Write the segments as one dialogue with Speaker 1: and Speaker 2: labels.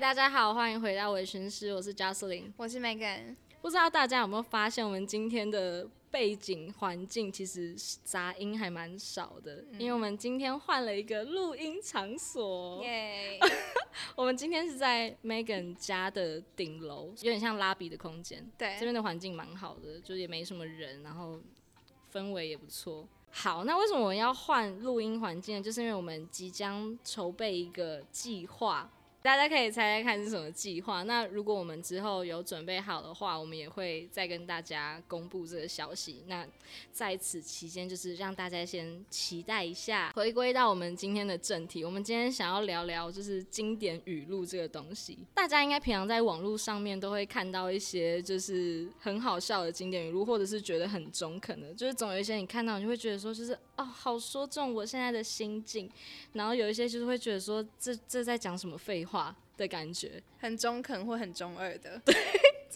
Speaker 1: 大家好，欢迎回到微醺室，我是 Jocelyn。
Speaker 2: 我是 Megan，
Speaker 1: 不知道大家有没有发现，我们今天的背景环境其实是杂音还蛮少的，因为我们今天换了一个录音场所。
Speaker 2: 耶
Speaker 1: 我们今天是在 Megan 家的顶楼，有点像拉比的空间。这
Speaker 2: 对，
Speaker 1: 边的环境蛮好的，就也没什么人，然后氛围也不错。好，那为什么我们要换录音环境呢？就是因为我们即将筹备一个计划，大家可以猜猜看是什么计划。那如果我们之后有准备好的话，我们也会再跟大家公布这个消息。那在此期间，就是让大家先期待一下。回归到我们今天的正题，我们今天想要聊聊就是经典语录这个东西。大家应该平常在网络上面都会看到一些就是很好笑的经典语录，或者是觉得很中肯的，就是总有一些你看到你就会觉得说，就是哦，好说中我现在的心境。然后有一些就是会觉得说，这这在讲什么废话的感觉。
Speaker 2: 很中肯或很中二的，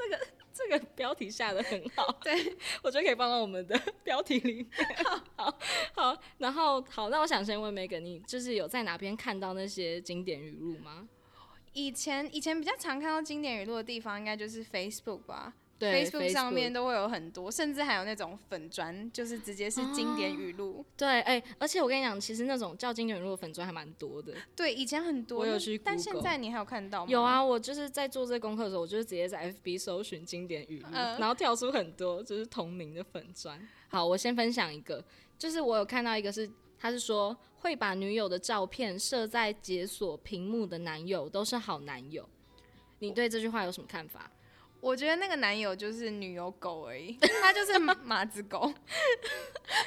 Speaker 1: 这个标题下的很好， 对 我觉得可以放到我们的 标题里面。 好好，然后好，那我想先问梅格，你就是有在哪边看到那些经典语录吗？
Speaker 2: 以前以前比较常看到经典语录的地方，应该就是 Facebook 吧。
Speaker 1: 对
Speaker 2: Facebook 上面都会有很多，甚至还有那种粉砖，就是直接是经典语录。
Speaker 1: 对，哎、而且我跟你讲，其实那种叫经典语录的粉砖还蛮多的。
Speaker 2: 对，以前很多，
Speaker 1: 我有
Speaker 2: 那
Speaker 1: 去
Speaker 2: 但
Speaker 1: Google
Speaker 2: 现在你还有看到吗？
Speaker 1: 有，啊，我就是在做这个功课的时候，我就是直接在 FB 搜寻经典语录，
Speaker 2: 嗯
Speaker 1: 然后跳出很多就是同名的粉砖。好，我先分享一个，就是我有看到一个是，他是说会把女友的照片设在解锁屏幕的男友都是好男友。你对这句话有什么看法？
Speaker 2: 我觉得那个男友就是女友狗而已，他就是马子狗，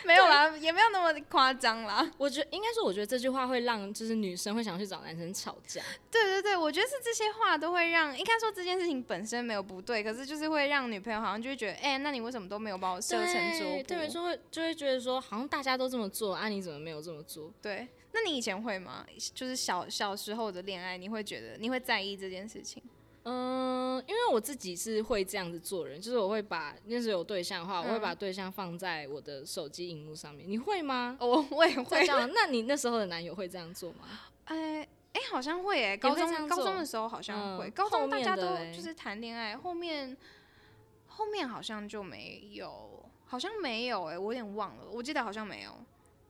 Speaker 2: 没有啦，也没有那么夸张啦。
Speaker 1: 我觉得应该说，我觉得这句话会让就是女生会想去找男生吵架。
Speaker 2: 对对对，我觉得是这些话都会让，应该说这件事情本身没有不对，可是就是会让女朋友好像就会觉得，哎、那你为什么都没有把我设成桌
Speaker 1: 对，
Speaker 2: 布？
Speaker 1: 对没错，就会觉得说好像大家都这么做，啊，你怎么没有这么做？
Speaker 2: 对那你以前会吗？就是小小时候的恋爱，你会觉得你会在意这件事情？
Speaker 1: 嗯，因为我自己是会这样子做人，就是我会把那时候有对象的话，
Speaker 2: 嗯
Speaker 1: 我会把对象放在我的手机荧幕上面。你会吗？
Speaker 2: 哦，我我也
Speaker 1: 会 这，
Speaker 2: 会
Speaker 1: 样？那你那时候的男友会这样做 吗？
Speaker 2: 哎哎、好像会哎、
Speaker 1: 会
Speaker 2: 高
Speaker 1: 这样
Speaker 2: 中
Speaker 1: 做
Speaker 2: 高中的时候好像会，
Speaker 1: 嗯
Speaker 2: 高
Speaker 1: 后
Speaker 2: 中大
Speaker 1: 面
Speaker 2: 家
Speaker 1: 的
Speaker 2: 都
Speaker 1: 嘞
Speaker 2: 就是谈恋爱，后面后面好像就没有，好像没有哎、我有点忘了，我记得好像没有。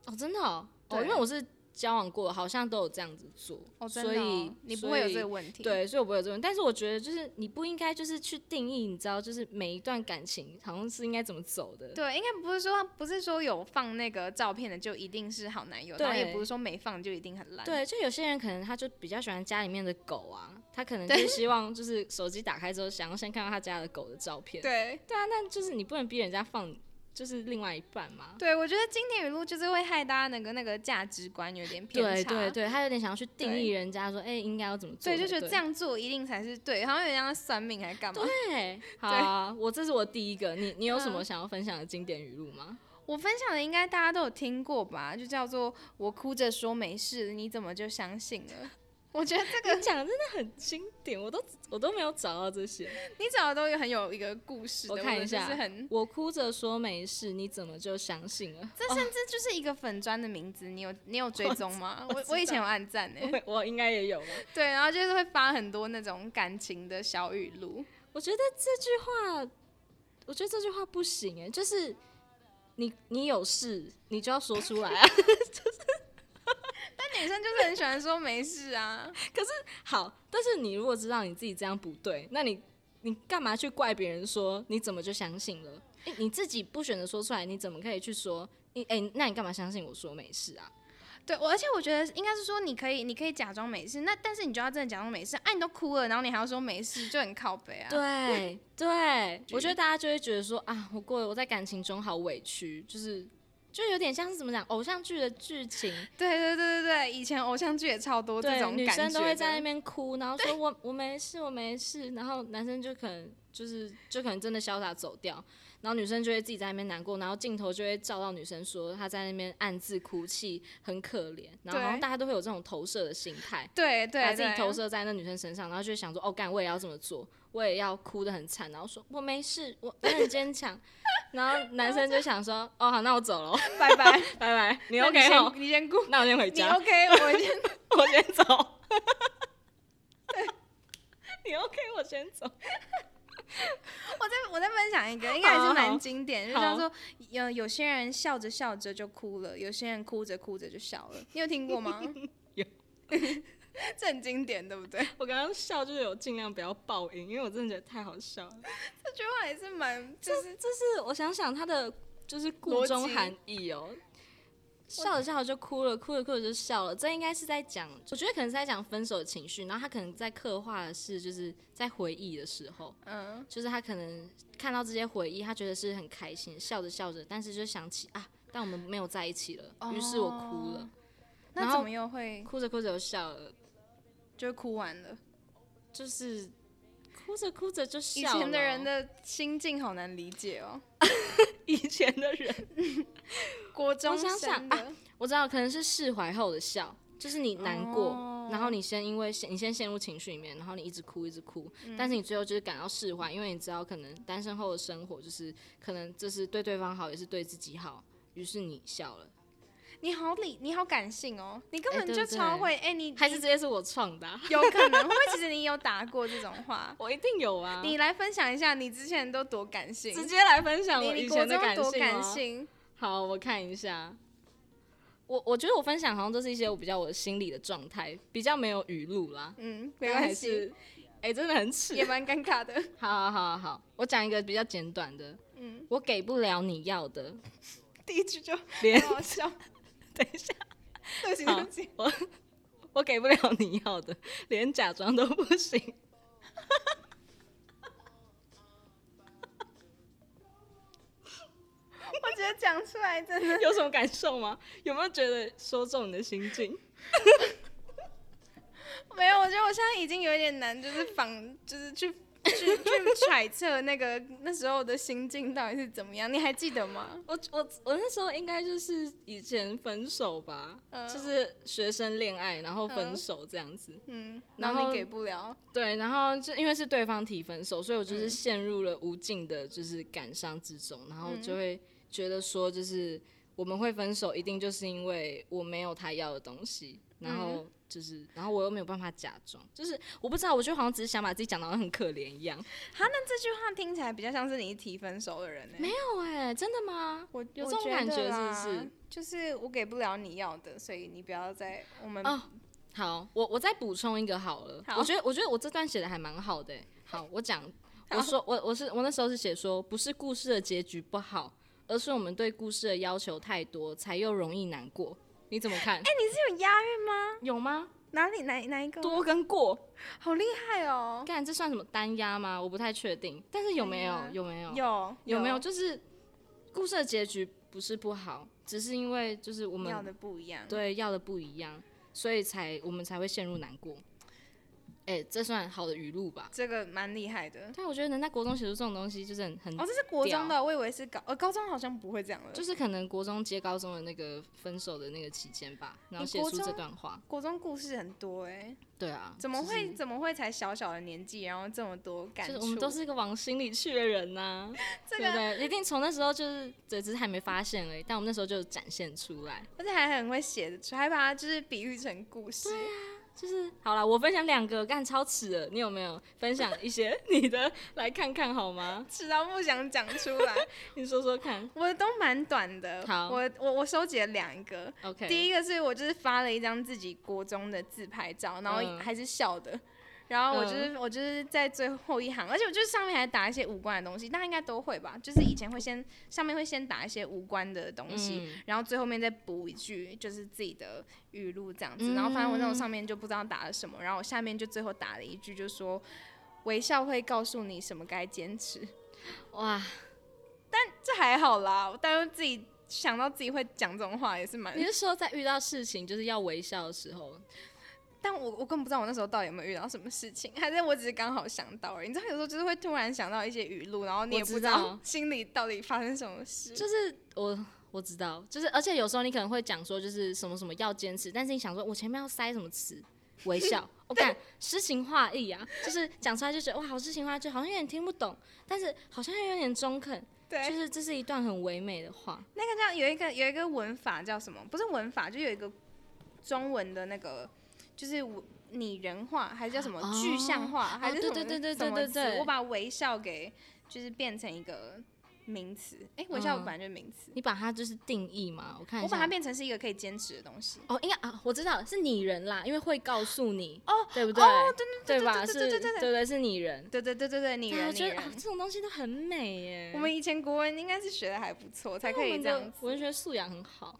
Speaker 1: 哦，真的哦，哦
Speaker 2: 对
Speaker 1: 因为我是交往过，好像都有这样子做，
Speaker 2: 哦，真
Speaker 1: 所
Speaker 2: 的哦、
Speaker 1: 以
Speaker 2: 你不
Speaker 1: 所
Speaker 2: 会有
Speaker 1: 以
Speaker 2: 这个问题。
Speaker 1: 对，所以我不会有这种，但是我觉得就是你不应该就是去定义，你知道，就是每一段感情好像是应该怎么走的。
Speaker 2: 对，应该不是说不是说有放那个照片的就一定是好男友，然后
Speaker 1: 对
Speaker 2: 也不是说没放就一定很烂。，
Speaker 1: 对，就有些人可能他就比较喜欢家里面的狗啊，他可能就是希望就是手机打开之后，想要先看到他家的狗的照片。
Speaker 2: 对
Speaker 1: 对啊，那就是你不能逼人家放，就是另外一半嘛。
Speaker 2: 对，我觉得经典语录就是会害大家那个那个价值观有点偏
Speaker 1: 对
Speaker 2: 差。
Speaker 1: 对对，他有点想要去定
Speaker 2: 对
Speaker 1: 义人家说，哎、应该要怎么做
Speaker 2: 所
Speaker 1: 才
Speaker 2: 以就
Speaker 1: 对。
Speaker 2: 觉得这样做一定才是对，好像有人家算命还是干嘛。
Speaker 1: 对，嗯好啊、我这是我第一个，你你有什么想要分享的经典语录吗？
Speaker 2: 我分享的应该大家都有听过吧，就叫做“我哭着说没事，你怎么就相信了？” 我觉得这个
Speaker 1: 你讲的真的很经典，我都我都没有找到这些。
Speaker 2: 你找的都有很有一个故事的，
Speaker 1: 我看
Speaker 2: 或者
Speaker 1: 一下
Speaker 2: 就是很
Speaker 1: 我哭着说没事，你怎么就相信了？
Speaker 2: 这甚至就是一个粉砖的名字，你有你有追踪吗？
Speaker 1: 我
Speaker 2: 我
Speaker 1: 知
Speaker 2: 我以前
Speaker 1: 道
Speaker 2: 有暗赞呢、
Speaker 1: 我 我应该也有吧。
Speaker 2: 对，然后就是会发很多那种感情的小语录。
Speaker 1: 我觉得这句话，我觉得这句话不行哎、就是你你有事你就要说出来啊。
Speaker 2: 那女生就是很喜欢说没事啊，
Speaker 1: 好，但是你如果知道你自己这样不对，那你你干嘛去怪别人说你怎么就相信了？哎，你自己不选择说出来，你怎么可以去说你？哎、那你干嘛相信我说没事啊？
Speaker 2: 对，我而且我觉得应该是说你可以，你可以假装没事，那但是你就要真的假装没事。哎、你都哭了，然后你还要说没事，就很靠背啊。
Speaker 1: 对对，我觉得大家就会觉得说啊，我过我在感情中好委屈，就是就有点像是怎么讲偶像剧的剧情，
Speaker 2: 对对对对对，以前偶像剧也超多这
Speaker 1: 对，
Speaker 2: 种
Speaker 1: 女
Speaker 2: 感觉的。
Speaker 1: 生都会在那边哭，然后说我我没事，我没事，然后男生就可能就是就可能真的潇洒走掉，然后女生就会自己在那边难过，然后镜头就会照到女生说她在那边暗自哭泣，很可怜，然后好像
Speaker 2: 对
Speaker 1: 大家都会有这种投射的心态。
Speaker 2: 对对
Speaker 1: 把
Speaker 2: 对，
Speaker 1: 自己投射在那女生身上，然后就会想说，哦，干，我也要这么做，我也要哭得很惨，然后说我没事，我我很坚强。 然后男生就想说，哦，好，那我走了哦，
Speaker 2: 拜拜。
Speaker 1: 拜拜，你
Speaker 2: 那
Speaker 1: OK 哦
Speaker 2: 先，你先哭，
Speaker 1: 那我先回
Speaker 2: 你
Speaker 1: 家，
Speaker 2: OK，我先。
Speaker 1: 我先走。你 OK，我先走。
Speaker 2: 我再我再分享一个，应该也是
Speaker 1: 好
Speaker 2: 蛮
Speaker 1: 好
Speaker 2: 经典，就
Speaker 1: 好
Speaker 2: 叫做有有些人笑着笑着就哭了，有些人哭着哭着就笑了。你有听过吗？
Speaker 1: 有，
Speaker 2: 这很经典，对不对？
Speaker 1: 我刚刚笑就是有尽量不要爆音，因为我真的觉得太好笑了。
Speaker 2: 这句话也是蛮，就是
Speaker 1: 这是我想想他的就是故中含义哦。笑着笑着就哭了，哭着哭着就笑了。这应该是在讲，我觉得可能是在讲分手的情绪，然后他可能在刻画的是，就是在回忆的时候，
Speaker 2: 嗯，
Speaker 1: 就是他可能看到这些回忆，他觉得是很开心，笑着笑着，但是就想起啊，但我们没有在一起了，于是我哭了，然
Speaker 2: 那
Speaker 1: 后
Speaker 2: 怎么又会
Speaker 1: 哭着哭着就笑了，
Speaker 2: 就哭完了？
Speaker 1: 就是哭着哭着就笑
Speaker 2: 以
Speaker 1: 了。
Speaker 2: 前的人的心境好难理解哦。
Speaker 1: 以前的人，
Speaker 2: 国中
Speaker 1: 想想
Speaker 2: 生的
Speaker 1: 我知道可能是释怀后的笑，就是你难过，
Speaker 2: 哦
Speaker 1: 然后你先因为陷你先陷入情绪里面，然后你一直哭一直哭，但是你最后就是感到释怀，因为你知道可能单身后的生活就是可能这是对对方好，也是对自己好，于是你笑了，
Speaker 2: 你好理，你好感性哦，你根
Speaker 1: 哎
Speaker 2: 本
Speaker 1: 对
Speaker 2: 就
Speaker 1: 不对
Speaker 2: 超会。哎、你
Speaker 1: 还是这些是我创的啊、
Speaker 2: 有可能，会不会其实你有打过这种话？
Speaker 1: 我一定有 啊！
Speaker 2: 你来分享一下，你之前都多感性，
Speaker 1: 直接来分享
Speaker 2: 你
Speaker 1: 我
Speaker 2: 你
Speaker 1: 以
Speaker 2: 国
Speaker 1: 前的
Speaker 2: 中
Speaker 1: 感
Speaker 2: 多
Speaker 1: 性吗
Speaker 2: 感性，
Speaker 1: 好，我看一下。我我觉得我分享好像都是一些我比较我心理的状态，比较没有语录啦。
Speaker 2: 嗯，没
Speaker 1: 但还
Speaker 2: 关系，
Speaker 1: 是，哎、真的很耻
Speaker 2: 也蛮尴尬的。
Speaker 1: 好好好好，我讲一个比较简短的。
Speaker 2: 嗯，
Speaker 1: 我给不了你要的，
Speaker 2: 第一句就很
Speaker 1: 连
Speaker 2: 好笑，
Speaker 1: 等一 下，
Speaker 2: 对不起，
Speaker 1: 好
Speaker 2: 对不起，
Speaker 1: 我给不了你要的，连假装都不 行。
Speaker 2: 我觉得讲出来真的，
Speaker 1: 有什么感受吗？有没有觉得说中你的心境？
Speaker 2: 没有，我觉得我现在已经有一点难，就是仿，就是去去去揣测那个那时候的心境到底是怎么样，你还记得吗？
Speaker 1: 我我我那时候应该就是以前分手吧，
Speaker 2: 嗯
Speaker 1: 就是学生恋爱然后分手这样子。
Speaker 2: 嗯，
Speaker 1: 然
Speaker 2: 然后你
Speaker 1: 后
Speaker 2: 给不了，
Speaker 1: 对，然后就因为是对方提分手，所以我就是陷入了无尽的就是感伤之中，然后就会觉得说，就是我们会分手，一定就是因为我没有他要的东西，然后就是，然后我又没有办法假装，就是我不知道，我就好像只是想把自己讲到很可怜一样。
Speaker 2: 这句话听起来比较像是你提分手的人呢、欸
Speaker 1: 没有哎、真的吗？
Speaker 2: 我
Speaker 1: 有
Speaker 2: 我
Speaker 1: 这种感
Speaker 2: 得
Speaker 1: 觉是不
Speaker 2: 啦
Speaker 1: 是？
Speaker 2: 就是我给不了你要的，所以你不要再我们
Speaker 1: 哦好，我我再补充一个好了，
Speaker 2: 好
Speaker 1: 我觉得我觉得我这段写的还蛮好的欸、好，我讲，
Speaker 2: 好
Speaker 1: 我说我我是我那时候是写说，不是故事的结局不好，而是我们对故事的要求太多，才又容易难过。你怎么看？
Speaker 2: 这有押韵吗？
Speaker 1: 有吗？
Speaker 2: 哪里哪哪一个？
Speaker 1: 多跟过，
Speaker 2: 好厉害哦！
Speaker 1: 看这算什么单压吗？我不太确定，但是有没有
Speaker 2: 单压
Speaker 1: 有没有
Speaker 2: 有
Speaker 1: 嗯有没有就是故事的结局不是不好，只是因为就是我
Speaker 2: 要
Speaker 1: 们
Speaker 2: 的不一样？，
Speaker 1: 对要的不一样，所以才我们才会陷入难过。哎、这算好的语录吧？
Speaker 2: 这个蛮厉害的。
Speaker 1: 但我觉得能在国中写出这种东西，就是很很，
Speaker 2: 哦，这是国中的，我以为是高，呃，高中好像不会这样了。
Speaker 1: 啊就是可能国中接高中的那个分手的那个期间吧，然后
Speaker 2: 你
Speaker 1: 写
Speaker 2: 国
Speaker 1: 出这
Speaker 2: 中
Speaker 1: 段话。
Speaker 2: 国中故事很多哎、
Speaker 1: 对啊，
Speaker 2: 怎么
Speaker 1: 就是
Speaker 2: 会、怎么会才小小的年纪，然后这么多感
Speaker 1: 就
Speaker 2: 触？
Speaker 1: 是我们都是一个往心里去的人呐、
Speaker 2: 这
Speaker 1: 对不
Speaker 2: 个，
Speaker 1: 对？一定从那时候就是，对，只是还没发现而已。但我们那时候就展现出来，
Speaker 2: 而且还很会写的出，还把它就是比喻成故事。
Speaker 1: 啊 就是好啦，我分享两个，干超耻的，你有没有分享一些 你的来看看好吗？
Speaker 2: 直到不想讲出来，
Speaker 1: 你说说看。
Speaker 2: 我的都蛮短的。
Speaker 1: 好
Speaker 2: 我我我收集了两个，
Speaker 1: OK，
Speaker 2: 第一个是我就是发了一张自己国中的自拍照，然后
Speaker 1: 嗯
Speaker 2: 还是笑的。然后我就是、我就是在最后一行，而且我就是上面还打一些无关的东西，大家应该都会吧？就是以前会先上面会先打一些无关的东西，
Speaker 1: 嗯
Speaker 2: 然后最后面再补一句就是自己的语录这样子。然后反正我
Speaker 1: 嗯
Speaker 2: 那种上面就不知道打了什么，然后我下面就最后打了一句，就说微笑会告诉你什么该坚持。
Speaker 1: 哇，
Speaker 2: 这还好啦，但是自己想到自己会讲这种话也是蛮
Speaker 1: 你是说在遇到事情就是要微笑的时候，
Speaker 2: 但我我根本不知道我那时候到底有没有遇到什么事情，还是我只是刚好想到而已。你知道有时候就是会突然想到一些语录，然后你
Speaker 1: 我
Speaker 2: 也不
Speaker 1: 知
Speaker 2: 道
Speaker 1: 道
Speaker 2: 心里到底发生什么事。
Speaker 1: 就是我我知道，就是而且有时候你可能会讲说就是什么什么要坚持，但是你想说我前面要塞什么词，微 笑，我感诗情画意啊，就是讲出来就觉得哇好诗情画意，好像有点听不懂，但是好像又有点中肯，
Speaker 2: 对，
Speaker 1: 就是这是一段很唯美的话。
Speaker 2: 那个叫有一个有一个文法叫什么？不是文法，就有一个中文的那个，就是我拟人化，还是叫什么具象化，
Speaker 1: 哦
Speaker 2: 还是什
Speaker 1: 对
Speaker 2: 么
Speaker 1: 对对对
Speaker 2: 什么
Speaker 1: 对对
Speaker 2: 词
Speaker 1: 对
Speaker 2: 我把微笑给就是变成一个名词，哎、微笑
Speaker 1: 嗯
Speaker 2: 本来就是名词，
Speaker 1: 你把它就是定义嘛，我看一下。
Speaker 2: 我把它变成是一个可以坚持的东西。
Speaker 1: 哦，应该啊，我知道是拟人啦，因为会告诉你，哦，对不对？
Speaker 2: 哦，对对
Speaker 1: 对吧？
Speaker 2: 对
Speaker 1: 是，
Speaker 2: 对对
Speaker 1: 对
Speaker 2: 对
Speaker 1: 不
Speaker 2: 对
Speaker 1: 对？是拟人。
Speaker 2: 对对对对对，拟
Speaker 1: 对啊我
Speaker 2: 人拟
Speaker 1: 觉得啊，
Speaker 2: 人。
Speaker 1: 这种东西都很美耶。
Speaker 2: 我们以前国文应该是学的还不错，才
Speaker 1: 因
Speaker 2: 可
Speaker 1: 为我
Speaker 2: 以
Speaker 1: 们
Speaker 2: 这样
Speaker 1: 的
Speaker 2: 子。
Speaker 1: 文学素养很好。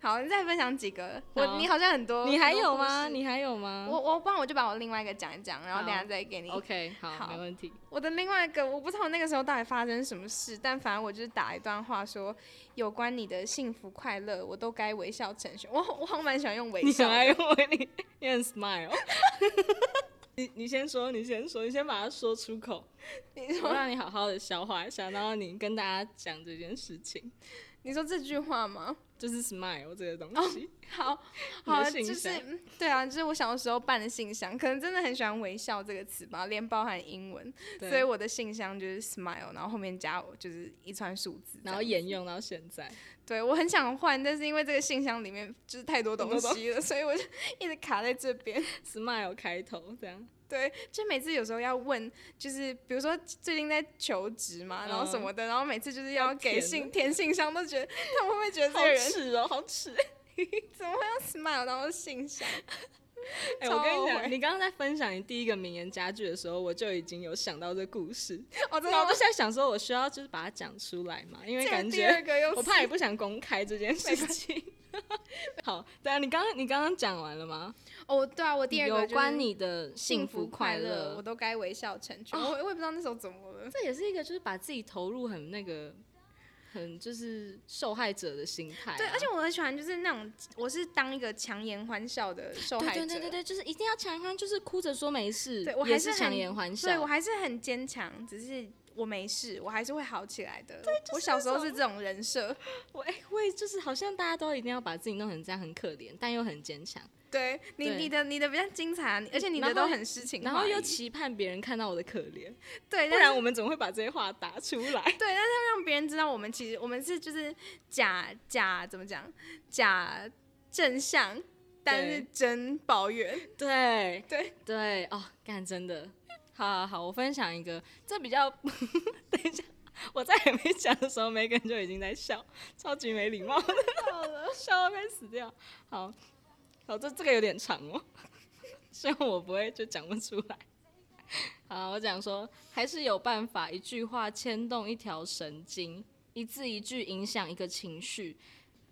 Speaker 2: 好，你再分享几个。
Speaker 1: 好
Speaker 2: 我你好像很多，
Speaker 1: 你还
Speaker 2: 很多
Speaker 1: 有
Speaker 2: 故
Speaker 1: 吗？
Speaker 2: 事
Speaker 1: 你还有吗？
Speaker 2: 我我不然我就把我另外一个讲一讲，然后等下再给你。
Speaker 1: OK，好，
Speaker 2: 好
Speaker 1: 没问题。
Speaker 2: 我的另外一个，我不知道那个时候到底发生什么事，但反正我就是打一段话说有关你的幸福快乐，我都该微笑称许。我我好像蛮喜欢用微
Speaker 1: 你
Speaker 2: 笑
Speaker 1: 想要
Speaker 2: 的，
Speaker 1: 用我你 你很 smile。你你先说，你先说，你先把它说出口，
Speaker 2: 你
Speaker 1: 我
Speaker 2: 说
Speaker 1: 让 你好好的消化一下，然后你跟大家讲这件事情，
Speaker 2: 你说这句 话吗？
Speaker 1: 就是 smile 这个东西。
Speaker 2: 好，
Speaker 1: 你的
Speaker 2: 好，
Speaker 1: 信
Speaker 2: 就是
Speaker 1: 箱
Speaker 2: 嗯对啊，就是我小时候办的信箱，可能真的很喜欢微笑这个词吧，连包含英文，
Speaker 1: 对
Speaker 2: 所以我的信箱就是 smile，然后后面加我就是一串数字这样，
Speaker 1: 然后沿用到现在。
Speaker 2: 对我很想换，但是因为这个信箱里面就是太多东
Speaker 1: 很多东
Speaker 2: 西了， 所以我就一直卡在这边。
Speaker 1: smile 开头这样，
Speaker 2: 对，就每次有时候要问，就是比如说最近在求职嘛，然后什么的，然后每次就是嗯要给
Speaker 1: 填
Speaker 2: 信填信箱，都觉得他们会不会觉得这个 人
Speaker 1: 耻哦，好耻！
Speaker 2: 怎么会用 smile 当做信 箱？
Speaker 1: 哎、
Speaker 2: 超
Speaker 1: 我跟你
Speaker 2: 后悔
Speaker 1: 讲，你刚刚在分享你第一个名言佳句的时候，我就已经有想到这故事，
Speaker 2: 哦，真
Speaker 1: 然后
Speaker 2: 的
Speaker 1: 我
Speaker 2: 吗
Speaker 1: 就，现在想说，我需要就是把它讲出来嘛，因为
Speaker 2: 这
Speaker 1: 感
Speaker 2: 个第
Speaker 1: 觉
Speaker 2: 二个又
Speaker 1: 我
Speaker 2: 是
Speaker 1: 怕也不想公开这件事情。 好，对啊，你刚刚你刚刚讲完了吗？
Speaker 2: 哦，对啊，我第二个
Speaker 1: 有
Speaker 2: 就是
Speaker 1: 关你的幸
Speaker 2: 幸
Speaker 1: 福
Speaker 2: 快
Speaker 1: 快
Speaker 2: 乐，我哦
Speaker 1: 乐，
Speaker 2: 都该微笑成全。我我也不知道那时候怎么了。
Speaker 1: 这也是一个就是把自己投入很那个，很就是受害者的心态啊、
Speaker 2: 对，而且我很喜欢，就是那种我是当一个强颜欢笑的受害者，
Speaker 1: 对对对对对，就是一定要强颜欢，就是哭着说没事，
Speaker 2: 对我还
Speaker 1: 也
Speaker 2: 是
Speaker 1: 是强
Speaker 2: 很
Speaker 1: 颜欢笑。
Speaker 2: 所以我还是很坚强，只是我没事，我还是会好起来的。我小时候是这种人设，
Speaker 1: 我哎、我也就是好像大家都一定要把自己弄成这样，很可怜，但又很坚强，
Speaker 2: 对你
Speaker 1: 对
Speaker 2: 你的你的比较精彩啊，你而且你的
Speaker 1: 然后
Speaker 2: 都很诗情画
Speaker 1: 然
Speaker 2: 意，
Speaker 1: 后又期盼别人看到我的可怜，
Speaker 2: 对，
Speaker 1: 不
Speaker 2: 哎但
Speaker 1: 然
Speaker 2: 是
Speaker 1: 我们怎么会把这些话打出来？
Speaker 2: 对，但是要让别人知道我们其实我们是就是假假怎么讲假正向，但
Speaker 1: 对
Speaker 2: 是真抱 怨。
Speaker 1: 对
Speaker 2: 对
Speaker 1: 对，哦，干真的，好好好，我分享一个，这比较， 等一下，我在还没讲的时候，梅根就已经在笑，超级没礼貌的，笑到快死掉。好，好，这这个有点长哦， 希望我不会就讲不出来。好，我讲说，还是有办法，一句话牵动一条神经，一字一句影响一个情绪。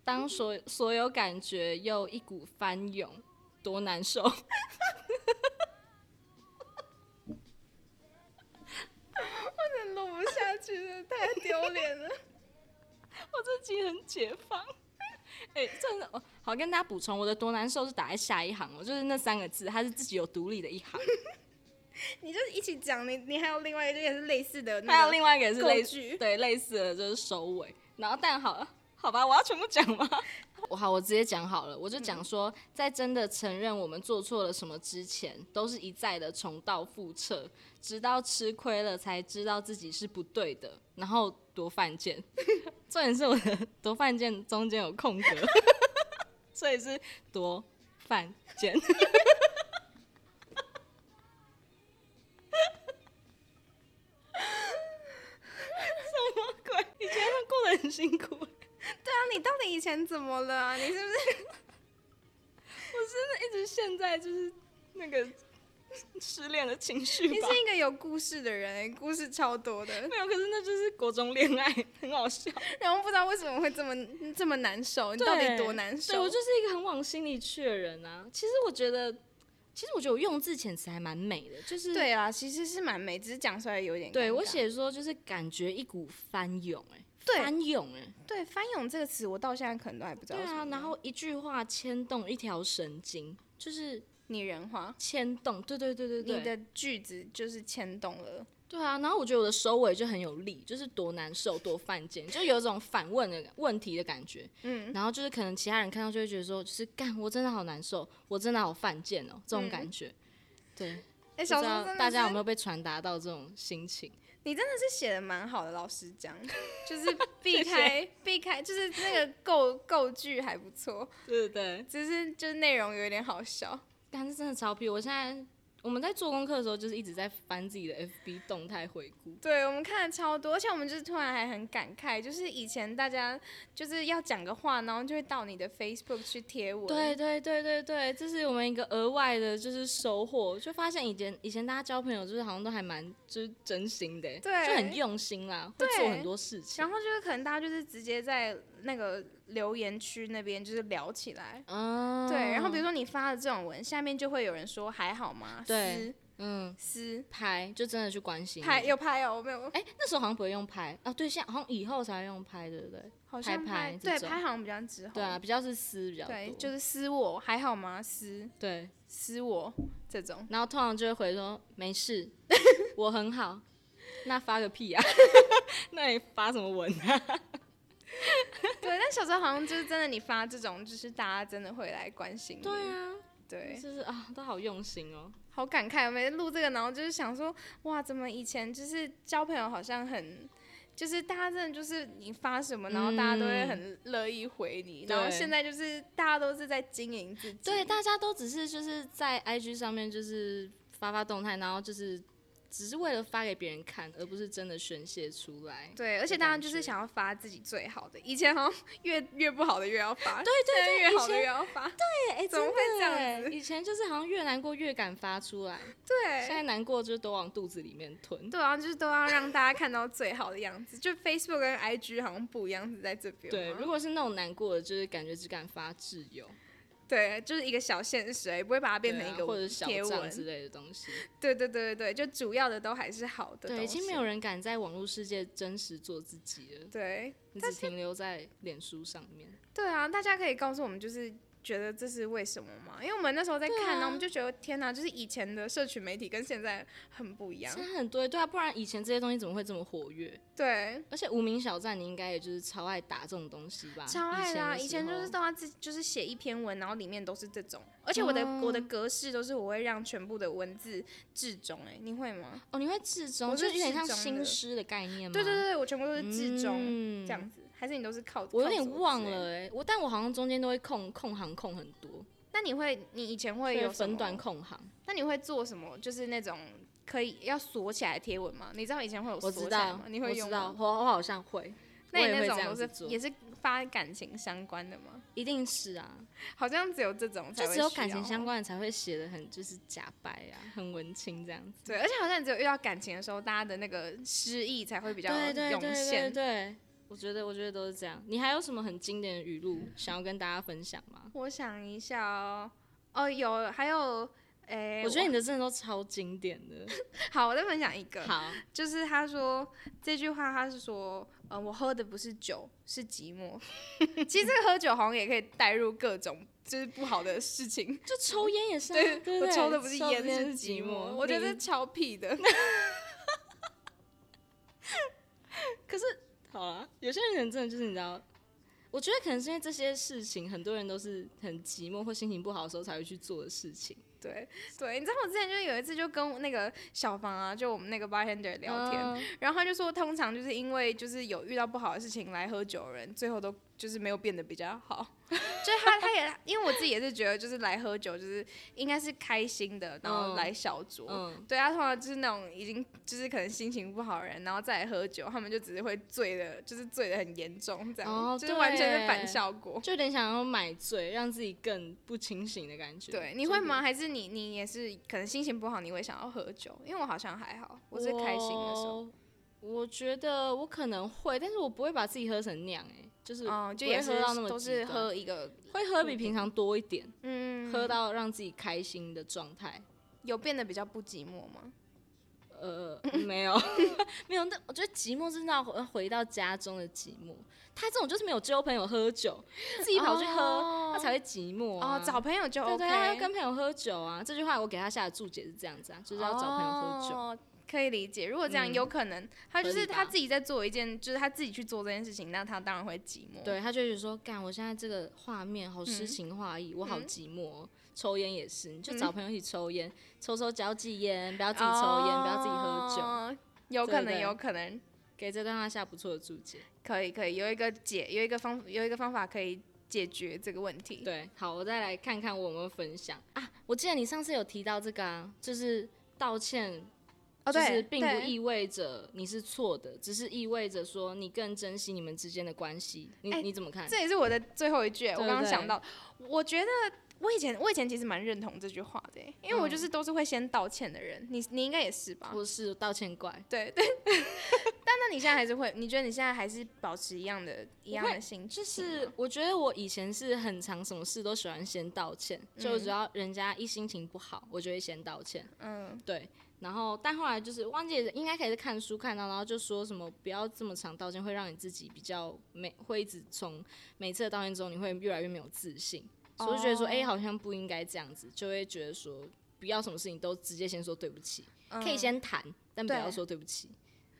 Speaker 1: 当所所有感觉又一股翻涌，多难受！
Speaker 2: 录不下去了，太丢脸了。
Speaker 1: 我自己很解放。 哎、真的，哦好跟大家补充，我的多难受是打在下一行哦，就是那三个字，它是自己有独立的一行，
Speaker 2: 你就一起讲，你你还有另外一个也是类似的、那个
Speaker 1: 还有另外一个也是类
Speaker 2: 构句
Speaker 1: 似，对类似的就是收尾，然后但好好吧，我要全部讲吗？我好，我直接讲好了，我就讲说，在真的承认我们做错了什么之前，都是一再的重蹈覆辙，直到吃亏了才知道自己是不对的，然后夺犯贱。 重点是我的夺犯贱中间有空 格，所以是夺犯 贱。什么鬼？以前他过得很辛苦，
Speaker 2: 对啊，你到底以前怎么了啊？你是不是
Speaker 1: 一直现在就是那个失恋的情绪
Speaker 2: 你
Speaker 1: 吧。
Speaker 2: 是一个有故事的人、欸？故事超多 的，
Speaker 1: 没有，可是那就是国中恋爱，很好笑。
Speaker 2: 然后不知道为什么会这么这么难受， 你到底
Speaker 1: 对
Speaker 2: 多难受？
Speaker 1: 对我就是一个很往心里去的人啊。其实我觉得，其实我觉得我用字遣词还蛮美的，就是
Speaker 2: 对啊，其实是蛮美，只是讲出来有点尴尬。
Speaker 1: 对我写说就是感觉一股翻涌、哎，
Speaker 2: 对
Speaker 1: 翻涌哎、
Speaker 2: 对“翻涌”这个词，我到现在可能都还不知道
Speaker 1: 对
Speaker 2: 是什么。
Speaker 1: 啊，然后一句话牵动一条神经，就是
Speaker 2: 拟人化，
Speaker 1: 牵动，对对对对对，
Speaker 2: 你的句子就是牵动了。
Speaker 1: 对啊，然后我觉得我的收尾就很有力，就是多难受多犯贱，就有一种反问的问题的感觉。
Speaker 2: 嗯，
Speaker 1: 然后就是可能其他人看到就会觉得说，就是干我真的好难受，我真的好犯贱哦，这种感觉。对，
Speaker 2: 嗯哎，
Speaker 1: 不知
Speaker 2: 小时候
Speaker 1: 道
Speaker 2: 真的
Speaker 1: 大家有
Speaker 2: 是
Speaker 1: 没有被传达到这种心情？
Speaker 2: 你真的是写的蛮好的，老实讲，就是避开避开，就是那个构构句还不错，
Speaker 1: 对对对，
Speaker 2: 只是就是内容有点好笑。
Speaker 1: 但是真的超屁！我现在我们在做功课的时候，就是一直在翻自己的 FB 动态回顾。
Speaker 2: 对，我们看了超多，而且我们就是突然还很感慨，就是以前大家就是要讲个话，然后就会到你的 Facebook 去贴文。
Speaker 1: 对对对对对，这是我们一个额外的，就是收获，就发现以前以前大家交朋友就是好像都还蛮就是真心的欸，
Speaker 2: 对
Speaker 1: 就很用心啦，会
Speaker 2: 对
Speaker 1: 做很多事情
Speaker 2: 然。后就是可能大家就是直接在那个留言区那边就是聊起来，
Speaker 1: 嗯，
Speaker 2: 对。然后比如说你发了这种文，下面就会有人说还好吗？
Speaker 1: 对嗯，
Speaker 2: 撕，
Speaker 1: 拍就真的去关
Speaker 2: 撕
Speaker 1: 心
Speaker 2: 拍
Speaker 1: 你
Speaker 2: 有拍哦，我没有，
Speaker 1: 哎、那时候好像不会用拍啊，对，现在好像以后才会用拍，对不对？
Speaker 2: 好像
Speaker 1: 拍拍
Speaker 2: 对
Speaker 1: 这种
Speaker 2: 拍好像比较之后，
Speaker 1: 对啊，比较是私比较多，
Speaker 2: 哦对，就是撕我还好吗？撕
Speaker 1: 对。
Speaker 2: 撕我这种，
Speaker 1: 然后通常就会回说没事， 我很好。那发个屁啊！ 那你发什么文啊？
Speaker 2: 对。但小时候好像就是真的，你发这种就是大家真的会来关心你，
Speaker 1: 对啊，
Speaker 2: 对
Speaker 1: 就是啊，都好用心哦。
Speaker 2: 好感慨，我每次录这个，然后就是想说，哇，怎么以前就是交朋友好像很，就是大家真的就是你发什么，然后大家都会很乐意回你，然后
Speaker 1: 嗯对
Speaker 2: 现在就是大家都是在经营自己，
Speaker 1: 对，大家都只是就是在 IG 上面就是发发动态，然后就是只是为了发给别人看，而不是真的宣泄出来。
Speaker 2: 对，而且
Speaker 1: 的
Speaker 2: 大家
Speaker 1: 感
Speaker 2: 就是
Speaker 1: 觉
Speaker 2: 想要发自己最好的，以前好像越越不好的越要发，对
Speaker 1: 对对以
Speaker 2: 越好的
Speaker 1: 前
Speaker 2: 越要发，
Speaker 1: 对，哎
Speaker 2: 怎么会
Speaker 1: 真的
Speaker 2: 这样
Speaker 1: 哎
Speaker 2: 子
Speaker 1: 以前就是好像越难过越敢发出来，现
Speaker 2: 对。
Speaker 1: 在难过就都往肚子里面吞。
Speaker 2: 对啊，就是都要让大家看到最好的样子。就 Facebook 跟 IG 好像不一样，是在这边
Speaker 1: 对，
Speaker 2: 吗
Speaker 1: 如果是那种难过的，就是感觉只敢发挚友，
Speaker 2: 对，就是一个小现实而已，也不会把它变成
Speaker 1: 对啊
Speaker 2: 一个
Speaker 1: 或者小
Speaker 2: 贴
Speaker 1: 账
Speaker 2: 文
Speaker 1: 之类的东西。
Speaker 2: 对对对对对，就主要的都还是好的东西。
Speaker 1: 对，已经没有人敢在网络世界真实做自己了，
Speaker 2: 对
Speaker 1: 你只停留在脸书上面。
Speaker 2: 对啊，大家可以告诉我们，就是觉得这是为什么吗？因为我们那时候在看，
Speaker 1: 啊
Speaker 2: 然后我们就觉得天哪，就是以前的社群媒体跟现在很不一样
Speaker 1: 现。在很多对啊，不然以前这些东西怎么会这么活跃？
Speaker 2: 对，
Speaker 1: 而且无名小站，你应该也就是超爱打这种东西吧？
Speaker 2: 超爱的、啊，以前
Speaker 1: 的时
Speaker 2: 就
Speaker 1: 候
Speaker 2: 是都要自就是写一篇文，然后里面都是这种，而且我的、我的
Speaker 1: 哦
Speaker 2: 格式都是我会让全部的文字至中、哎，你会吗？
Speaker 1: 哦，你会至中，
Speaker 2: 我
Speaker 1: 就是有点像
Speaker 2: 至中
Speaker 1: 新
Speaker 2: 的
Speaker 1: 诗的概念吗？
Speaker 2: 对对对，我全部都是至中、
Speaker 1: 嗯
Speaker 2: 这样子，还是你都是靠？
Speaker 1: 我有
Speaker 2: 靠
Speaker 1: 点
Speaker 2: 左欸
Speaker 1: 忘
Speaker 2: 之类的
Speaker 1: 了。哎、我但我好像中间都会空空行空很多，
Speaker 2: 那你会，你以前会
Speaker 1: 所以
Speaker 2: 有什
Speaker 1: 分
Speaker 2: 么
Speaker 1: 段空行。
Speaker 2: 那你会做什么？就是那种可以要锁起来的贴文吗？你知道以前会有
Speaker 1: 我
Speaker 2: 锁
Speaker 1: 知
Speaker 2: 起来
Speaker 1: 道
Speaker 2: 吗？，你
Speaker 1: 我
Speaker 2: 会
Speaker 1: 知
Speaker 2: 用
Speaker 1: 道
Speaker 2: 吗？，
Speaker 1: 我我好像会，
Speaker 2: 那
Speaker 1: 我
Speaker 2: 你
Speaker 1: 也
Speaker 2: 那
Speaker 1: 会这
Speaker 2: 种
Speaker 1: 样
Speaker 2: 都
Speaker 1: 子
Speaker 2: 是
Speaker 1: 做
Speaker 2: 也是发感情相关的吗？
Speaker 1: 一定是啊，
Speaker 2: 好像只有这种才
Speaker 1: 就
Speaker 2: 会
Speaker 1: 只有
Speaker 2: 需
Speaker 1: 感情
Speaker 2: 要啊
Speaker 1: 相。关的才会写的很就是假白啊，很文青这样子。
Speaker 2: 对，而且好像只有遇到感情的时候，大家的那个诗意才会比较
Speaker 1: 对对
Speaker 2: 涌
Speaker 1: 对对
Speaker 2: 现。
Speaker 1: 对，我觉得我觉得都是这样。你还有什么很经典的语录
Speaker 2: 嗯
Speaker 1: 想要跟大家分享吗？
Speaker 2: 我想一下哦，哦有，还有，诶，
Speaker 1: 我觉得你的真的都超经典的。
Speaker 2: 好，我再分享一个，
Speaker 1: 好，
Speaker 2: 就是他说这句话，他是说，呃，我喝的不是酒，是寂寞。 其实这个喝酒好像也可以带入各种就是不好的事情。
Speaker 1: 就抽烟也是啊、
Speaker 2: 对，
Speaker 1: 对不
Speaker 2: 我
Speaker 1: 对
Speaker 2: 抽的不是烟，
Speaker 1: 烟
Speaker 2: 是
Speaker 1: 寂
Speaker 2: 寞。我觉得这超屁的。
Speaker 1: 可是好啊，有些人真的就是你知道，我觉得可能是因为这些事情，很多人都是很寂寞或心情不好的时候才会去做的事情。
Speaker 2: 对对，你知道我之前就是有一次就跟那个小房啊，就我们那个 bartender 聊天，
Speaker 1: 嗯
Speaker 2: 然后他就说，通常就是因为就是有遇到不好的事情来喝酒的人，最后都就是没有变得比较好。 就是他他也因为我自己也是觉得，就是来喝酒就是应该是开心的，然后
Speaker 1: 嗯
Speaker 2: 来小酌。
Speaker 1: 嗯，
Speaker 2: 对啊，通常就是那种已经就是可能心情不好的人，然后再来喝酒，他们就只是会醉的，就是醉的很严重，这样、
Speaker 1: 哦
Speaker 2: 就是完全
Speaker 1: 对
Speaker 2: 是反效果。
Speaker 1: 就有点想要买醉，让自己更不清醒的感觉。
Speaker 2: 对，你会吗？？还是你你也是可能心情不好，你会想要喝酒？因为我好像还好，我是开心的时候，
Speaker 1: 我。我觉得我可能会，但是我不会把自己喝成那样、哎，就是
Speaker 2: 嗯，就
Speaker 1: 不会
Speaker 2: 也是
Speaker 1: 喝到那么
Speaker 2: 都
Speaker 1: 极
Speaker 2: 是
Speaker 1: 端
Speaker 2: 喝一个，
Speaker 1: 会喝比平常多一点，
Speaker 2: 嗯，
Speaker 1: 喝到让自己开心的状态。
Speaker 2: 有变得比较不寂寞吗？
Speaker 1: 呃，没有，没有。那我觉得寂寞真的要回回到家中的寂寞。他这种就是没有交朋友喝酒，自己跑去喝，他才会寂寞、啊。
Speaker 2: 哦，找朋友就
Speaker 1: 对
Speaker 2: OK，
Speaker 1: 对，他要跟朋友喝酒啊。这句话我给他下的注解是这样子啊，就是要找朋友喝酒。
Speaker 2: 哦可以理解，如果这样、
Speaker 1: 嗯
Speaker 2: 有可能，他就
Speaker 1: 合
Speaker 2: 是
Speaker 1: 理吧
Speaker 2: 他自己在做一件，就是他自己去做这件事情，那他当然会寂寞。
Speaker 1: 对他就会觉得说，干，我现在这个画面好诗
Speaker 2: 嗯
Speaker 1: 情画意，我好
Speaker 2: 嗯
Speaker 1: 寂寞、哦。抽烟也是，你就
Speaker 2: 嗯
Speaker 1: 找朋友一起抽烟，抽抽交际烟，不要自己抽烟，不要自己喝酒。
Speaker 2: 酒，哦有可
Speaker 1: 对对
Speaker 2: 能，有可能，
Speaker 1: 给这段话下不错的注解。
Speaker 2: 可以可以，有一个解，有一个方，有一个方法可以解决这个问题。
Speaker 1: 对，好，我再来看看我有没有分享啊。我记得你上次有提到这个啊，就是道歉，
Speaker 2: 哦，
Speaker 1: 就是
Speaker 2: 对，
Speaker 1: 并不
Speaker 2: 对
Speaker 1: 意味着你是错的，只是意味着说你更珍惜你们之间的关系。你、
Speaker 2: 哎
Speaker 1: 你怎么看？
Speaker 2: 这也是我的最后一句，我
Speaker 1: 对
Speaker 2: 刚刚
Speaker 1: 对
Speaker 2: 想到，我觉得我以前我以前其实蛮认同这句话的欸，因为我就是都是会先道歉的人，你你应该也是吧？
Speaker 1: 嗯我是道歉怪，
Speaker 2: 对对，但那你现在还是会？你觉得你现在还是保持一样的一样的心情
Speaker 1: 就
Speaker 2: 吗？
Speaker 1: 是我觉得我以前是很常什么事都喜欢先道歉，就只要人家一心情不好，我就会先道歉。
Speaker 2: 嗯，
Speaker 1: 对，然后但后来就是忘记了应该可以是看书看到，然后就说什么不要这么长道歉，会让你自己比较没会一直从每次的道歉中你会越来越没有自信，所以我就觉得说
Speaker 2: 哦
Speaker 1: 哎、诶好像不应该这样子，就会觉得说不要什么事情都直接先说对不起，可
Speaker 2: 嗯
Speaker 1: 以先谈，但不要
Speaker 2: 对
Speaker 1: 说嗯对不起。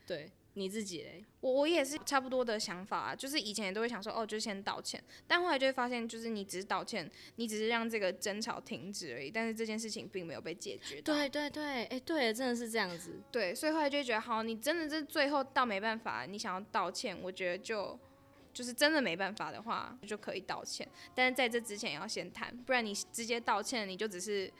Speaker 1: 对你自己嘞，
Speaker 2: 我我也是差不多的想法、啊，就是以前也都会想说，哦，就先道歉，但后来就会发现，就是你只是道歉，你只是让这个争吵停止而已，但是这件事情并没有被解决到。
Speaker 1: 对对对，哎、对，真的是这样子。
Speaker 2: 对，所以后来就会觉得，好，你真的是最后到没办法，你想要道歉，我觉得就就是真的没办法的话，就可以道歉，但是在这之前也要先谈，不然你直接道歉，你就只是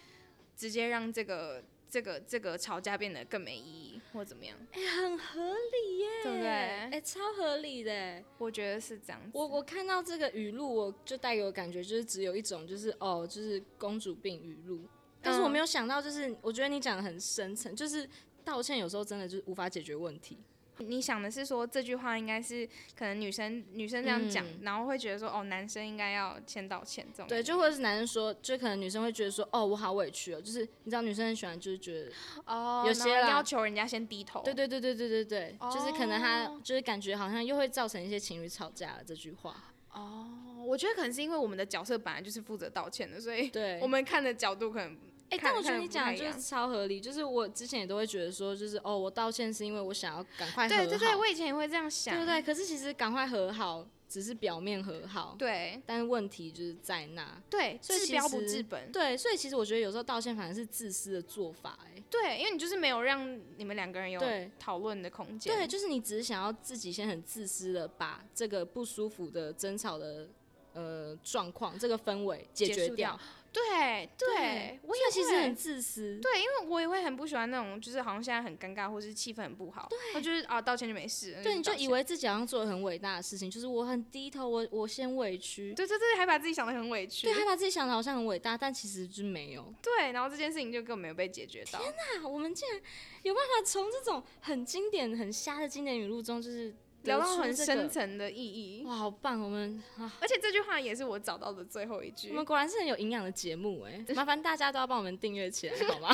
Speaker 2: 直接让这个这个这个吵架变得更没意义，或怎么样，
Speaker 1: 很合理耶，
Speaker 2: 对不对
Speaker 1: 哎、超合理的。
Speaker 2: 我觉得是这样子。
Speaker 1: 我我看到这个语录，我就带给我感觉就是只有一种，就是哦，就是公主病语录。但是
Speaker 2: 嗯
Speaker 1: 我没有想到，就是我觉得你讲的很深层，就是道歉有时候真的就是无法解决问题。
Speaker 2: 你想的是说这句话应该是可能女生女生这样讲，
Speaker 1: 嗯
Speaker 2: 然后会觉得说哦，男生应该要先道歉这种。
Speaker 1: 对，就或者是男生说，就可能女生会觉得说，哦，我好委屈哦，就是你知道女生很喜欢，就是觉得，
Speaker 2: 哦，
Speaker 1: 有些
Speaker 2: 然
Speaker 1: 啦
Speaker 2: 后要求人家先低头。
Speaker 1: 对对对对对对对，就是可能他
Speaker 2: 哦
Speaker 1: 就是感觉好像又会造成一些情侣吵架了这句话。
Speaker 2: 哦，我觉得可能是因为我们的角色本来就是负责道歉的，所以
Speaker 1: 对，
Speaker 2: 我们看的角度可能
Speaker 1: 哎、
Speaker 2: 看
Speaker 1: 但我觉得
Speaker 2: 看
Speaker 1: 你
Speaker 2: 不
Speaker 1: 讲
Speaker 2: 太
Speaker 1: 的
Speaker 2: 一
Speaker 1: 就是
Speaker 2: 样
Speaker 1: 超合理，就是我之前也都会觉得说，就是哦，我道歉是因为我想要赶快和好，
Speaker 2: 对对对，我以前也会这样想，
Speaker 1: 对不对？可是其实赶快和好只是表面和好，
Speaker 2: 对
Speaker 1: 但是问题就是在那。
Speaker 2: 对，
Speaker 1: 所以
Speaker 2: 治
Speaker 1: 其
Speaker 2: 标不
Speaker 1: 实
Speaker 2: 治本，
Speaker 1: 对，所以其实我觉得有时候道歉反而是自私的做法、哎，
Speaker 2: 对，因为你就是没有让你们两个人有
Speaker 1: 对
Speaker 2: 讨论的空间，
Speaker 1: 对，就是你只是想要自己先很自私的把这个不舒服的争吵的呃状况，这个氛围解
Speaker 2: 结
Speaker 1: 决
Speaker 2: 束
Speaker 1: 掉
Speaker 2: 掉。对对
Speaker 1: 对，
Speaker 2: 我也
Speaker 1: 所以其实
Speaker 2: 会
Speaker 1: 很自私。
Speaker 2: 对，因为我也会很不喜欢那种，就是好像现在很尴尬，或是气氛很不好，我就是啊道歉就没事，
Speaker 1: 对，你就
Speaker 2: 道
Speaker 1: 以
Speaker 2: 歉
Speaker 1: 为自己好像做了很伟大的事情，就是我很低头，我我先委屈，
Speaker 2: 对对对，还把自己想的很委屈
Speaker 1: 对，，他把自己想的好像很伟大，但其实就没有。
Speaker 2: 对，然后这件事情就根本没有被解决到，
Speaker 1: 啊，我们竟然有办法从这种很经典、很瞎的经典语录中，就是
Speaker 2: 聊
Speaker 1: 得
Speaker 2: 到
Speaker 1: 出
Speaker 2: 很
Speaker 1: 这
Speaker 2: 深
Speaker 1: 个
Speaker 2: 层的意义，
Speaker 1: 哇，好棒！我们啊，
Speaker 2: 而且这句话也是我找到的最后一句
Speaker 1: 我，们果然是很有营养的节目哎，麻烦大家都要帮我们订阅起来 好吗？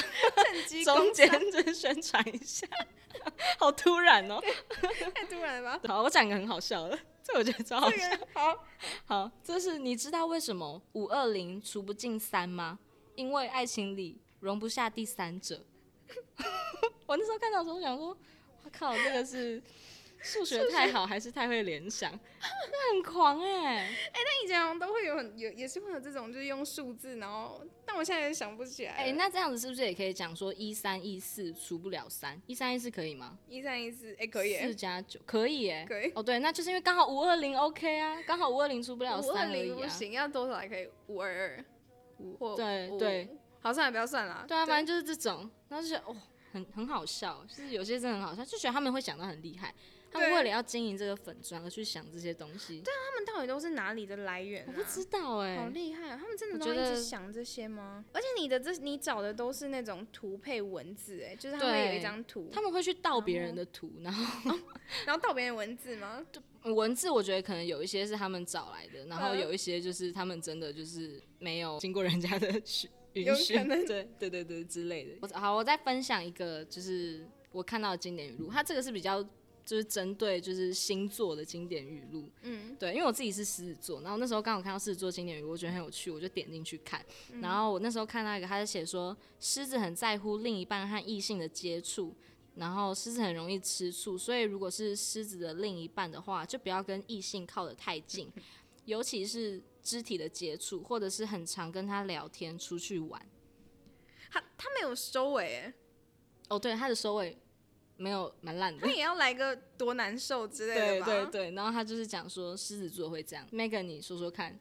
Speaker 2: 趁机
Speaker 1: 中
Speaker 2: 攻
Speaker 1: 间
Speaker 2: 杀
Speaker 1: 就是宣传一下， 好突然哦。
Speaker 2: 太突然了吧？
Speaker 1: 好，我讲一个很好笑的，这我觉得 超好
Speaker 2: 这
Speaker 1: 笑。
Speaker 2: 个好，
Speaker 1: 好，就是你知道为什么五二零除不尽三吗？因为爱情里容不下第三者。 我那时候看到的时候，我想说，我靠，这个是数学太好，还是太会联想？那很狂哎、
Speaker 2: 那以前好像都会有很有也是会有这种，就是用数字，然后但我现在也想不起来了，
Speaker 1: 哎、那这样子是不是也可以讲说一三一四除不了三？一三一四可以吗？
Speaker 2: 一三一四，哎可以
Speaker 1: 四
Speaker 2: 耶，
Speaker 1: 加九可以耶、
Speaker 2: 可 以
Speaker 1: 哦，对，那就是因为刚好五二零 OK 啊，刚好五二零除不了
Speaker 2: 五二
Speaker 1: 三而已
Speaker 2: 零
Speaker 1: 啊。
Speaker 2: 不行，要多少还可以五二二，五或
Speaker 1: 对
Speaker 2: 五
Speaker 1: 对，
Speaker 2: 好算了，不要算了，
Speaker 1: 对啊，反正就是这种，然后就觉得哦，很很好笑，就是有些真的很好笑，就觉得他们会想到很厉害，他们
Speaker 2: 对
Speaker 1: 为了要经营这个粉砖而去想这些东西，
Speaker 2: 他们到底都是哪里的来源、啊？
Speaker 1: 啊我不知道哎、
Speaker 2: 好厉害、啊！他们真的
Speaker 1: 我
Speaker 2: 都
Speaker 1: 觉
Speaker 2: 要一
Speaker 1: 得
Speaker 2: 直想这些吗？而且你的这你找的都是那种图配文字，哎，就是他们
Speaker 1: 对
Speaker 2: 有一张图，
Speaker 1: 他们会去盗别人的图，然后
Speaker 2: 然后盗别人文字吗？
Speaker 1: 文字我觉得可能有一些是他们找来的，然后
Speaker 2: 嗯
Speaker 1: 有一些就是他们真的就是没有经过人家的 许允
Speaker 2: 有
Speaker 1: 许，
Speaker 2: 可能
Speaker 1: 对对对对之类的。我好，我再分享一个，就是我看到的经典语录，它这个是比较就是针对就是星座的经典语录，
Speaker 2: 嗯，
Speaker 1: 对，因为我自己是狮子座，然后那时候刚好看到狮子座经典语录，我觉得很有趣，我就点进去看。
Speaker 2: 嗯
Speaker 1: 然后我那时候看到一个，他就写说，狮子很在乎另一半和异性的接触，然后狮子很容易吃醋，所以如果是狮子的另一半的话，就不要跟异性靠得太 近，尤其是肢体的接触，或者是很常跟他聊天、出去玩。
Speaker 2: 他他没有收尾，哎，
Speaker 1: 哦，对，他的收尾没有蛮烂 的
Speaker 2: 他。也要来个多难受之类
Speaker 1: 对
Speaker 2: 的吧？
Speaker 1: 对对，然后他就是讲说狮子座会这样。Megan，你说说看，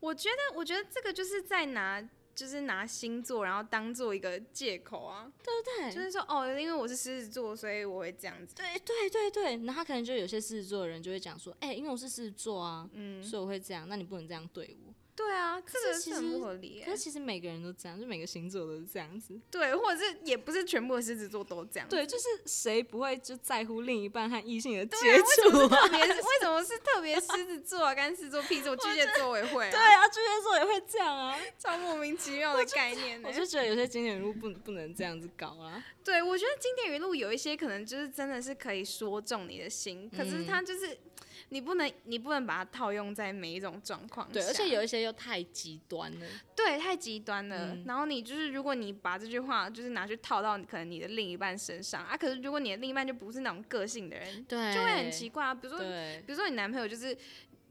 Speaker 2: 我觉得，我觉得这个就是在拿，就是拿星座，然后当做一个借口啊，
Speaker 1: 对不
Speaker 2: 就
Speaker 1: 对？
Speaker 2: 是说哦，因为我是狮子座，所以我会这样子。
Speaker 1: 对对对对，然后他可能就有些狮子座的人就会讲说，哎、因为我是狮子座啊，
Speaker 2: 嗯，
Speaker 1: 所以我会这样，那你不能这样对我。
Speaker 2: 对啊，这
Speaker 1: 是
Speaker 2: 个
Speaker 1: 其
Speaker 2: 是很
Speaker 1: 实
Speaker 2: 不合理耶、
Speaker 1: 可是其实每个人都这样，就每个星座都是这样子。
Speaker 2: 对，或者是也不是全部的狮子座都这样。
Speaker 1: 对，就是谁不会就在乎另一半和异性的
Speaker 2: 对啊
Speaker 1: 接触啊？
Speaker 2: 特别是为什么是特别狮子座啊，跟狮子座、屁座、巨蟹座我也会、啊，
Speaker 1: 对，啊，巨蟹座也会这样啊。
Speaker 2: 超莫名其妙的概念呢、
Speaker 1: 我就觉得有些经典人物不不能这样子搞啊。
Speaker 2: 对，我觉得经典语录有一些可能就是真的是可以说中你的心，可是
Speaker 1: 嗯
Speaker 2: 它就是你不能你不能把它套用在每一种状况下，
Speaker 1: 对，而且有一些又太极端了。
Speaker 2: 对太极端了。
Speaker 1: 嗯
Speaker 2: 然后你就是如果你把这句话就是拿去套到可能你的另一半身上啊，可是如果你的另一半就不是那种个性的人，
Speaker 1: 对
Speaker 2: 就会很奇怪啊。比如说
Speaker 1: 对，
Speaker 2: 比如说你男朋友就是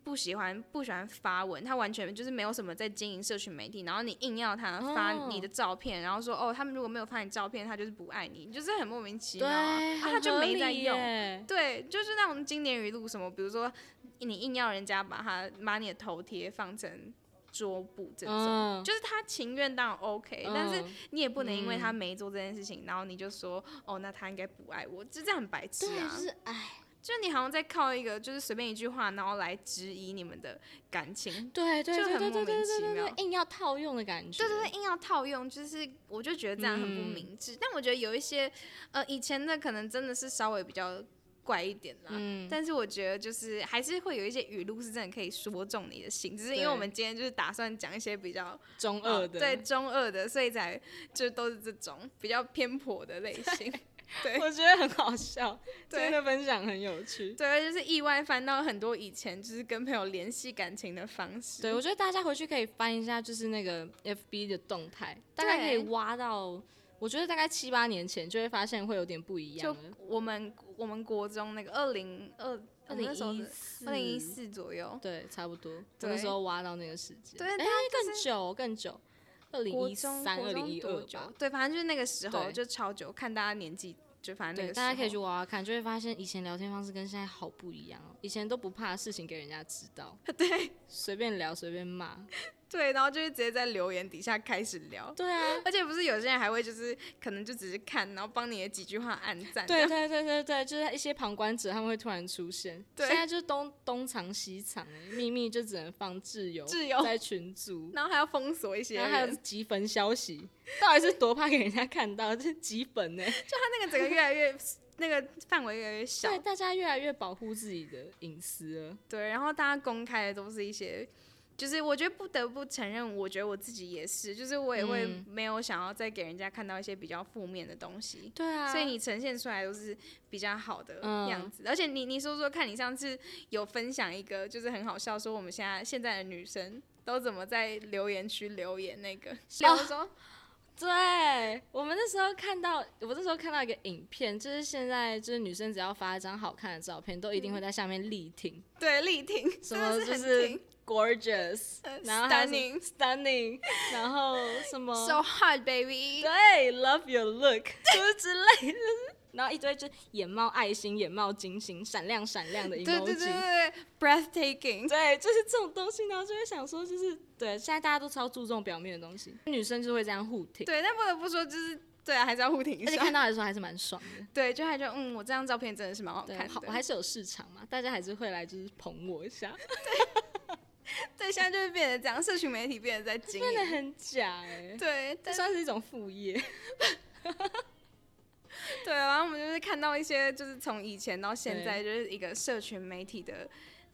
Speaker 2: 不喜欢不喜欢发文，他完全就是没有什么在经营社群媒体，然后你硬要他
Speaker 1: 哦
Speaker 2: 发你的照片，然后说哦，他们如果没有发你照片，他就是不爱你，你就是很莫名其妙
Speaker 1: 对，
Speaker 2: 啊，啊
Speaker 1: 很
Speaker 2: 他就
Speaker 1: 合
Speaker 2: 没在
Speaker 1: 理
Speaker 2: 用。
Speaker 1: 耶
Speaker 2: 对，就是那种经典语录，什么比如说你硬要人家把他把你的头贴放成桌布这种，
Speaker 1: 嗯，
Speaker 2: 就是他情愿当然 OK，、但是
Speaker 1: 嗯
Speaker 2: 你也不能因为他
Speaker 1: 嗯
Speaker 2: 没做这件事情，然后你就说哦，那他应该不爱我，就这样很白痴
Speaker 1: 对，
Speaker 2: 啊。
Speaker 1: 就是哎，
Speaker 2: 就你好像在靠一个就是随便一句话，然后来质疑你们的感情。
Speaker 1: 对对
Speaker 2: 就
Speaker 1: 对
Speaker 2: 很
Speaker 1: 对对
Speaker 2: 莫名
Speaker 1: 对
Speaker 2: 其
Speaker 1: 对对
Speaker 2: 妙
Speaker 1: 对，硬要套用的感觉。
Speaker 2: 对对对，硬要套用，就是我就觉得这样很不明智。但我觉得有一些，呃，以前的可能真的是稍微比较怪一点啦。
Speaker 1: 嗯，
Speaker 2: 但是我觉得就是还是会有一些语录是真的可以说中你的心，只是因为
Speaker 1: 对
Speaker 2: 我们今天就是打算讲一些比较
Speaker 1: 中二
Speaker 2: 呃
Speaker 1: 的，
Speaker 2: 对，中二的，所以才就都是这种比较偏颇的类 型。对
Speaker 1: 我觉得很好笑，今
Speaker 2: 对
Speaker 1: 天的分享很有趣。
Speaker 2: 对，就是意外翻到很多以前就是跟朋友联系感情的方式。
Speaker 1: 对，我觉得大家回去可以翻一下，就是那个 FB 的动态，大概可以
Speaker 2: 对
Speaker 1: 挖到，我觉得大概七八年前就会发现会有点不一样
Speaker 2: 就
Speaker 1: 了。
Speaker 2: 我们我们国中那个二零二
Speaker 1: 二零一
Speaker 2: 二
Speaker 1: 四，
Speaker 2: 零一，四左右，
Speaker 1: 对，差不多。我
Speaker 2: 对
Speaker 1: 那时候挖到那个时间，
Speaker 2: 对
Speaker 1: 哎，
Speaker 2: 大
Speaker 1: 更久更久，二零
Speaker 2: 国
Speaker 1: 一
Speaker 2: 中
Speaker 1: 三、二
Speaker 2: 国
Speaker 1: 零
Speaker 2: 中
Speaker 1: 一
Speaker 2: 多
Speaker 1: 二
Speaker 2: 久
Speaker 1: 吧。？
Speaker 2: 对，反正就是那个时候
Speaker 1: 对
Speaker 2: 就超久，看大家年纪，就反正那
Speaker 1: 对，
Speaker 2: 个
Speaker 1: 大家
Speaker 2: 时
Speaker 1: 可以
Speaker 2: 候
Speaker 1: 去挖挖看，就会发现以前聊天方式跟现在好不一样哦。以前都不怕事情给人家知道， 对，随便聊随便骂，
Speaker 2: 对，然后就是直接在留言底下开始聊，
Speaker 1: 对啊，
Speaker 2: 而且不是有些人还会就是可能就只是看，然后帮你的几句话按赞，
Speaker 1: 对对对对对，就是一些旁观者他们会突然出现。
Speaker 2: 对
Speaker 1: 现在就是东东藏西藏，欸秘密就只能放挚友，
Speaker 2: 挚友
Speaker 1: 在群组，
Speaker 2: 然后还要封锁一些
Speaker 1: 然后还有
Speaker 2: 人，
Speaker 1: 集粉消息，到底是多怕给人家看到？这集粉呢、
Speaker 2: 他那个整个越来越 那个范围越来越小
Speaker 1: 对，，大家越来越保护自己的隐私了。
Speaker 2: 对，然后大家公开的都是一些，就是我觉得不得不承认，我觉得我自己也是，就是我也会
Speaker 1: 嗯
Speaker 2: 没有想要再给人家看到一些比较负面的东西，
Speaker 1: 对啊
Speaker 2: 所以你呈现出来都是比较好的
Speaker 1: 嗯
Speaker 2: 样子。而且你你说说看，你上次有分享一个就是很好笑，说我们现在现在的女生都怎么在留言区留言那个，
Speaker 1: 哦
Speaker 2: 留说
Speaker 1: 对我们那时候看到，我那时候看到一个影片，就是现在就是女生只要发一张好看的照片，都一定会在下面力挺，
Speaker 2: 对力挺，
Speaker 1: 什
Speaker 2: 真的
Speaker 1: 么
Speaker 2: 是
Speaker 1: 就
Speaker 2: 很
Speaker 1: 是
Speaker 2: 挺
Speaker 1: gorgeous，
Speaker 2: 呃
Speaker 1: 然后还哦有什么
Speaker 2: stunning
Speaker 1: stunning，然后什么
Speaker 2: so hard baby，
Speaker 1: 对，love your look，就是之类的， 然后一堆就是眼冒爱心、眼冒金星、闪亮闪亮的 emoji，
Speaker 2: 对对对对对，breathtaking，
Speaker 1: 对就是这种东西，然后就会想说，就是对，现在大家都超注重表面的东西，女生就会这样互挺，
Speaker 2: 对，但不得不说就是。对啊，还是要互挺一
Speaker 1: 而且
Speaker 2: 下。
Speaker 1: 看到的时候还是蛮爽的。
Speaker 2: 对，就还觉得嗯，我这张照片真的是蛮好
Speaker 1: 对，
Speaker 2: 看
Speaker 1: 好
Speaker 2: 的。
Speaker 1: 我还是有市场嘛，大家还是会来就是捧我一下，
Speaker 2: 对，现在就会变得这样，社群媒体变得在经
Speaker 1: 真的
Speaker 2: 营。
Speaker 1: 很假哎、
Speaker 2: 对，
Speaker 1: 这
Speaker 2: 但是
Speaker 1: 算是一种副业，
Speaker 2: 对，啊然后我们就是看到一些，就是从以前到现在，就是一个社群媒体的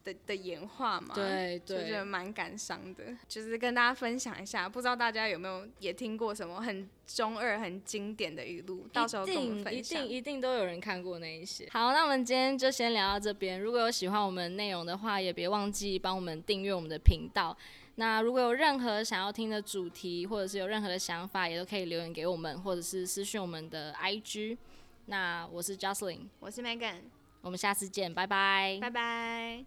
Speaker 2: 的的演化嘛。。 就觉得蛮感伤的，就是跟大家分享一下，不知道大家有没有也听过什么很中二、很经典的语录，到时候跟我们
Speaker 1: 一
Speaker 2: 分
Speaker 1: 定
Speaker 2: 享。
Speaker 1: 一定都有人看过那一些。好，那我们今天就先聊到这边。如果有喜欢我们内容的话，也别忘记帮我们订阅我们的频道。那如果有任何想要听的主题，或者是有任何的想法，也都可以留言给我们，或者是私讯我们的 IG。那我是 Jocelyn，
Speaker 2: 我是 Megan，
Speaker 1: 我们下次见，拜拜
Speaker 2: 拜拜。